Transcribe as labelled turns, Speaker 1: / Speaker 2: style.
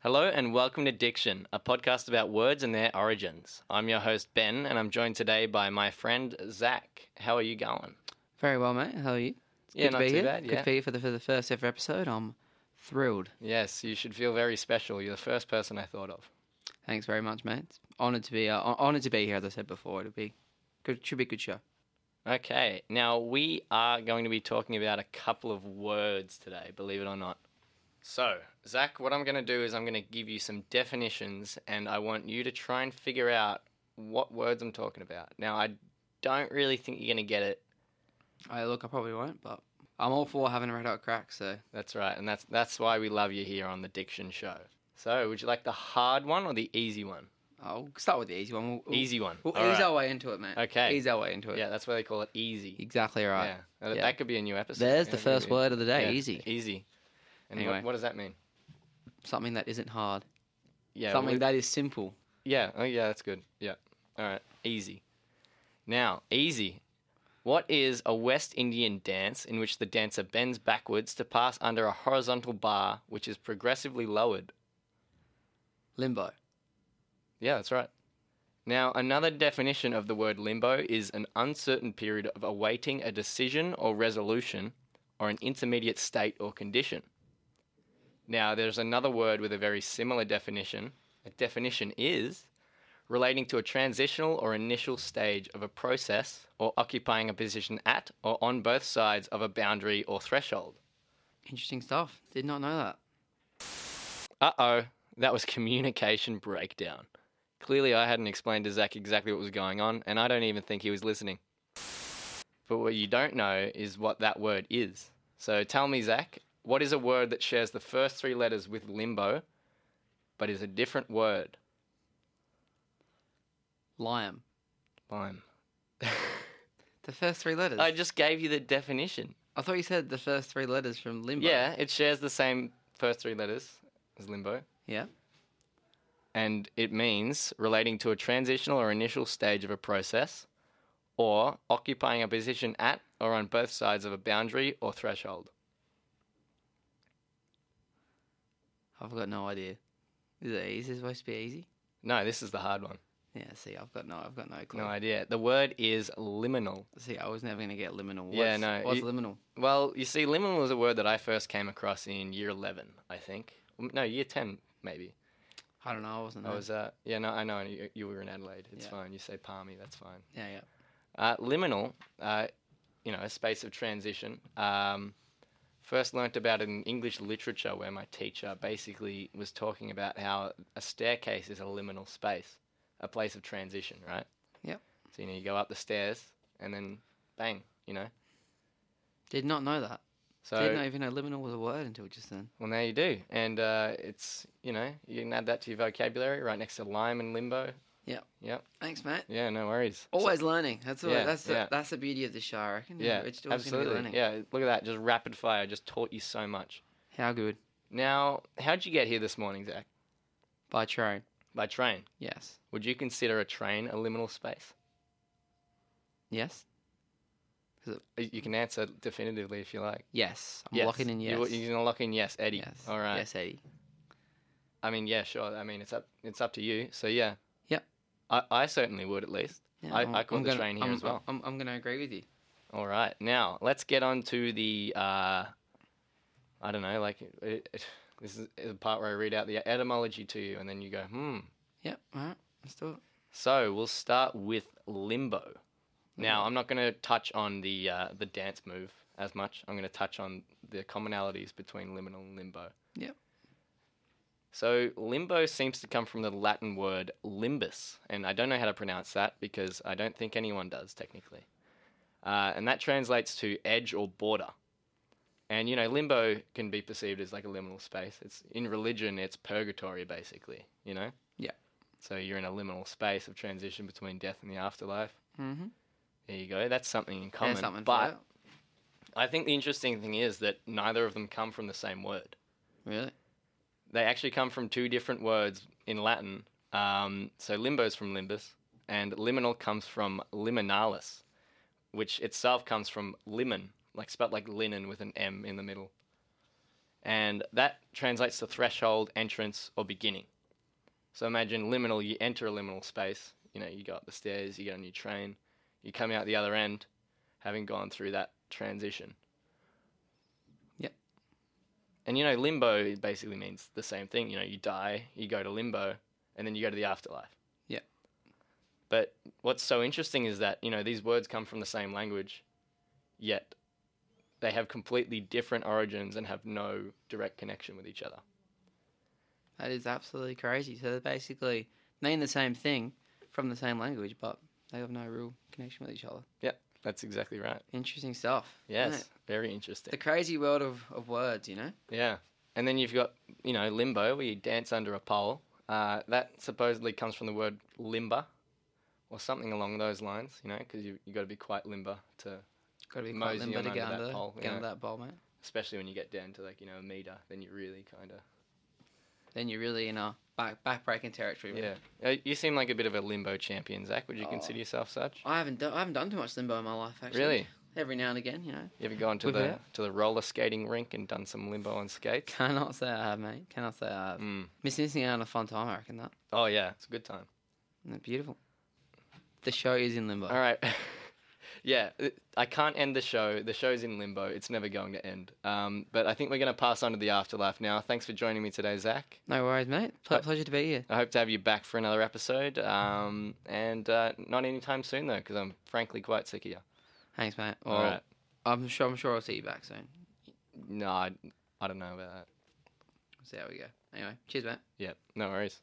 Speaker 1: Hello and welcome to Diction, a podcast about words and their origins. I'm your host, Ben, and I'm joined today by my friend, Zach. How are you going?
Speaker 2: Very well, mate. How are you? It's
Speaker 1: Yeah,
Speaker 2: good
Speaker 1: not
Speaker 2: to be
Speaker 1: too
Speaker 2: here.
Speaker 1: bad,
Speaker 2: Good
Speaker 1: yeah.
Speaker 2: to be here for the, for the first ever episode. I'm thrilled.
Speaker 1: Yes, you should feel very special. You're the first person I thought of.
Speaker 2: Thanks very much, mate. It's honoured to be uh, hon- honoured to be here. As I said before, it'll be good. Should be a good show.
Speaker 1: Okay, now we are going to be talking about a couple of words today, believe it or not. So, Zach, what I'm going to do is I'm going to give you some definitions and I want you to try and figure out what words I'm talking about. Now, I don't really think you're going to get it Uh,
Speaker 2: I look, I probably won't, but I'm all for having a red hot crack. So
Speaker 1: That's right, and that's that's why we love you here on the Diction Show. So, would you like the hard one or the easy one?
Speaker 2: I'll start with the easy one. We'll, we'll-
Speaker 1: Easy one.
Speaker 2: We'll
Speaker 1: All
Speaker 2: ease
Speaker 1: right.
Speaker 2: our way into it, mate.
Speaker 1: Okay.
Speaker 2: Ease our way into it.
Speaker 1: Yeah, that's why they call it easy.
Speaker 2: Exactly right.
Speaker 1: Yeah. Uh,
Speaker 2: Yeah.
Speaker 1: that could be a new episode.
Speaker 2: There's
Speaker 1: Yeah,
Speaker 2: the
Speaker 1: that could
Speaker 2: first
Speaker 1: be-
Speaker 2: word of the day.
Speaker 1: yeah,
Speaker 2: Easy.
Speaker 1: Easy. And
Speaker 2: Anyway.
Speaker 1: what, what does that mean?
Speaker 2: Something that isn't hard.
Speaker 1: Yeah.
Speaker 2: Something
Speaker 1: we-
Speaker 2: that is simple.
Speaker 1: yeah. Oh, yeah. That's good. Yeah. All right. Easy. Now, easy. What is a West Indian dance in which the dancer bends backwards to pass under a horizontal bar, which is progressively lowered?
Speaker 2: Limbo.
Speaker 1: Yeah, that's right. Now, another definition of the word limbo is an uncertain period of awaiting a decision or resolution or an intermediate state or condition. Now, there's another word with a very similar definition. A definition is relating to a transitional or initial stage of a process or occupying a position at or on both sides of a boundary or threshold.
Speaker 2: Interesting stuff. Did not know that.
Speaker 1: Uh oh, that was communication breakdown. Clearly, I hadn't explained to Zach exactly what was going on, and I don't even think he was listening. But what you don't know is what that word is. So tell me, Zach, what is a word that shares the first three letters with limbo, but is a different word?
Speaker 2: Liam.
Speaker 1: Lime.
Speaker 2: The first three letters.
Speaker 1: I just gave you the definition.
Speaker 2: I thought you said the first three letters from Limbo.
Speaker 1: Yeah, it shares the same first three letters as limbo.
Speaker 2: Yeah.
Speaker 1: and it means relating to a transitional or initial stage of a process or occupying a position at or on both sides of a boundary or threshold.
Speaker 2: I've got no idea. Is it easy? Is it supposed to be easy?
Speaker 1: No, this is the hard one.
Speaker 2: Yeah. See, I've got no. I've got no clue.
Speaker 1: No idea. The word is liminal.
Speaker 2: See, I was never gonna get liminal. What's,
Speaker 1: Yeah, no,
Speaker 2: What's
Speaker 1: you-
Speaker 2: liminal?
Speaker 1: Well, you see, liminal is a word that I first came across in year 11, I think. M- No, year 10, maybe.
Speaker 2: I don't know. I wasn't.
Speaker 1: I
Speaker 2: there.
Speaker 1: was, uh, yeah, no, I know. You, you were in Adelaide. It's
Speaker 2: Uh-huh. Yeah.
Speaker 1: fine. You say palmy, that's fine.
Speaker 2: Yeah, yeah.
Speaker 1: Uh, liminal, uh, you know, a space of transition. Um, first learnt about it in English literature, where my teacher basically was talking about how a staircase is a liminal space, a place of transition, right?
Speaker 2: Yep.
Speaker 1: So you know, you go up the stairs and then bang, you know.
Speaker 2: Did not know that.
Speaker 1: So
Speaker 2: Did not even know liminal was a word until just then.
Speaker 1: well, now you do, and uh, it's you know you can add that to your vocabulary, right next to lime and limbo.
Speaker 2: Thanks, mate.
Speaker 1: Yeah, no worries. So-
Speaker 2: Always learning. That's the,
Speaker 1: Yeah,
Speaker 2: that's the,
Speaker 1: yeah.
Speaker 2: that's the beauty of the show. I reckon.
Speaker 1: yeah,
Speaker 2: It's always
Speaker 1: absolutely.
Speaker 2: Gonna be learning.
Speaker 1: Yeah, look at that, just rapid fire, just taught you so much.
Speaker 2: How good
Speaker 1: Now, how'd you get here this morning, Zach?
Speaker 2: by train?
Speaker 1: By train.
Speaker 2: Yes.
Speaker 1: Would you consider a train a liminal space?
Speaker 2: Yes.
Speaker 1: Y- Uh, You can answer definitively if you like.
Speaker 2: Yes. I'm
Speaker 1: Yes.
Speaker 2: locking in. Yes.
Speaker 1: You, you're gonna lock in yes, Eddie.
Speaker 2: yes.
Speaker 1: All right.
Speaker 2: Yes, Eddie.
Speaker 1: I mean, yeah, sure. I mean, it's up. It's up to you. So yeah.
Speaker 2: Yep.
Speaker 1: I, I certainly would at least. I-
Speaker 2: I'm-
Speaker 1: I caught
Speaker 2: I'm
Speaker 1: the
Speaker 2: gonna-
Speaker 1: train here
Speaker 2: I'm-
Speaker 1: as well.
Speaker 2: I'm, I'm going to agree with you.
Speaker 1: All right. Now let's get on to the. Uh, I don't know. Like it, it, this is the part where I read out the etymology to you, and then you go, hmm.
Speaker 2: Yep. All right. Let's do it.
Speaker 1: So we'll start with limbo. Now I'm not going to touch on the uh, the dance move as much. I'm going to touch on the commonalities between liminal and limbo.
Speaker 2: Yep.
Speaker 1: So limbo seems to come from the Latin word limbus, and I don't know how to pronounce that because I don't think anyone does technically. Uh, and that translates to edge or border. And you know, limbo can be perceived as like a liminal space. It's in religion, it's purgatory basically. You know.
Speaker 2: Yeah.
Speaker 1: So you're in a liminal space of transition between death and the afterlife.
Speaker 2: Mm-hmm.
Speaker 1: There you go. That's something in common.
Speaker 2: something
Speaker 1: but
Speaker 2: for
Speaker 1: I think the interesting thing is that neither of them come from the same word.
Speaker 2: that. Really?
Speaker 1: They actually come from two different words in Latin. Um, so limbo's from limbus, and liminal comes from liminalis, which itself comes from limen, like spelt like linen with an M in the middle. and that translates to threshold, entrance, or beginning. So imagine liminal, you enter a liminal space, you know, you go up the stairs, you get on your train, you come out the other end, having gone through that transition.
Speaker 2: Yep.
Speaker 1: And you know, limbo basically means the same thing. You know, you die, you go to limbo, and then you go to the afterlife.
Speaker 2: Yep.
Speaker 1: But what's so interesting is that, you know, these words come from the same language, yet they have completely different origins and have no direct connection with each other.
Speaker 2: That is absolutely crazy. So they basically mean the same thing from the same language, but they have no real connection with each other.
Speaker 1: That's exactly right.
Speaker 2: Interesting stuff.
Speaker 1: Yes.
Speaker 2: Right.
Speaker 1: Very interesting.
Speaker 2: The crazy world of, of words, you know?
Speaker 1: Yeah. And then you've got, you know, limbo, where you dance under a pole. Uh, that supposedly comes from the word limber or something along those lines, you know, because you, you've got to be quite limber to,
Speaker 2: Gotta be quite
Speaker 1: Mosey
Speaker 2: limber
Speaker 1: on
Speaker 2: to get
Speaker 1: under that
Speaker 2: under,
Speaker 1: pole,
Speaker 2: get
Speaker 1: yeah.
Speaker 2: under that bowl, mate.
Speaker 1: especially when you get down to like, you know, a meter, then you really kind of.
Speaker 2: Then you're really in a back backbreaking territory. mate.
Speaker 1: Yeah. Uh, You seem like a bit of a limbo champion, Zach. Would you
Speaker 2: Oh.
Speaker 1: consider yourself such?
Speaker 2: I haven't done I haven't done too much limbo in my life actually.
Speaker 1: Really?
Speaker 2: Every now and again, you know.
Speaker 1: You ever gone to
Speaker 2: Whip it
Speaker 1: the
Speaker 2: out.
Speaker 1: to the roller skating rink and done some limbo on skates?
Speaker 2: Cannot say I have, mate. Cannot say I have.
Speaker 1: Mm.
Speaker 2: Miss missing out on a fun time, I reckon that.
Speaker 1: Oh yeah, it's a good time.
Speaker 2: Isn't that beautiful. The show is in limbo.
Speaker 1: All right. yeah, it- I can't end the show. The show's in limbo. It's never going to end. Um, but I think we're going to pass on to the afterlife now. Thanks for joining me today, Zach.
Speaker 2: No worries, mate. Ple-
Speaker 1: Uh,
Speaker 2: pleasure to be here.
Speaker 1: I hope to have you back for another episode. Um, and uh, not anytime soon, though, because I'm frankly quite sick of you.
Speaker 2: Thanks, mate.
Speaker 1: All
Speaker 2: Well,
Speaker 1: right.
Speaker 2: I'm sure I'm sure I'll see you back soon.
Speaker 1: No, I, I don't know about that.
Speaker 2: We'll see how we go. Anyway, cheers, mate.
Speaker 1: Yeah, no worries.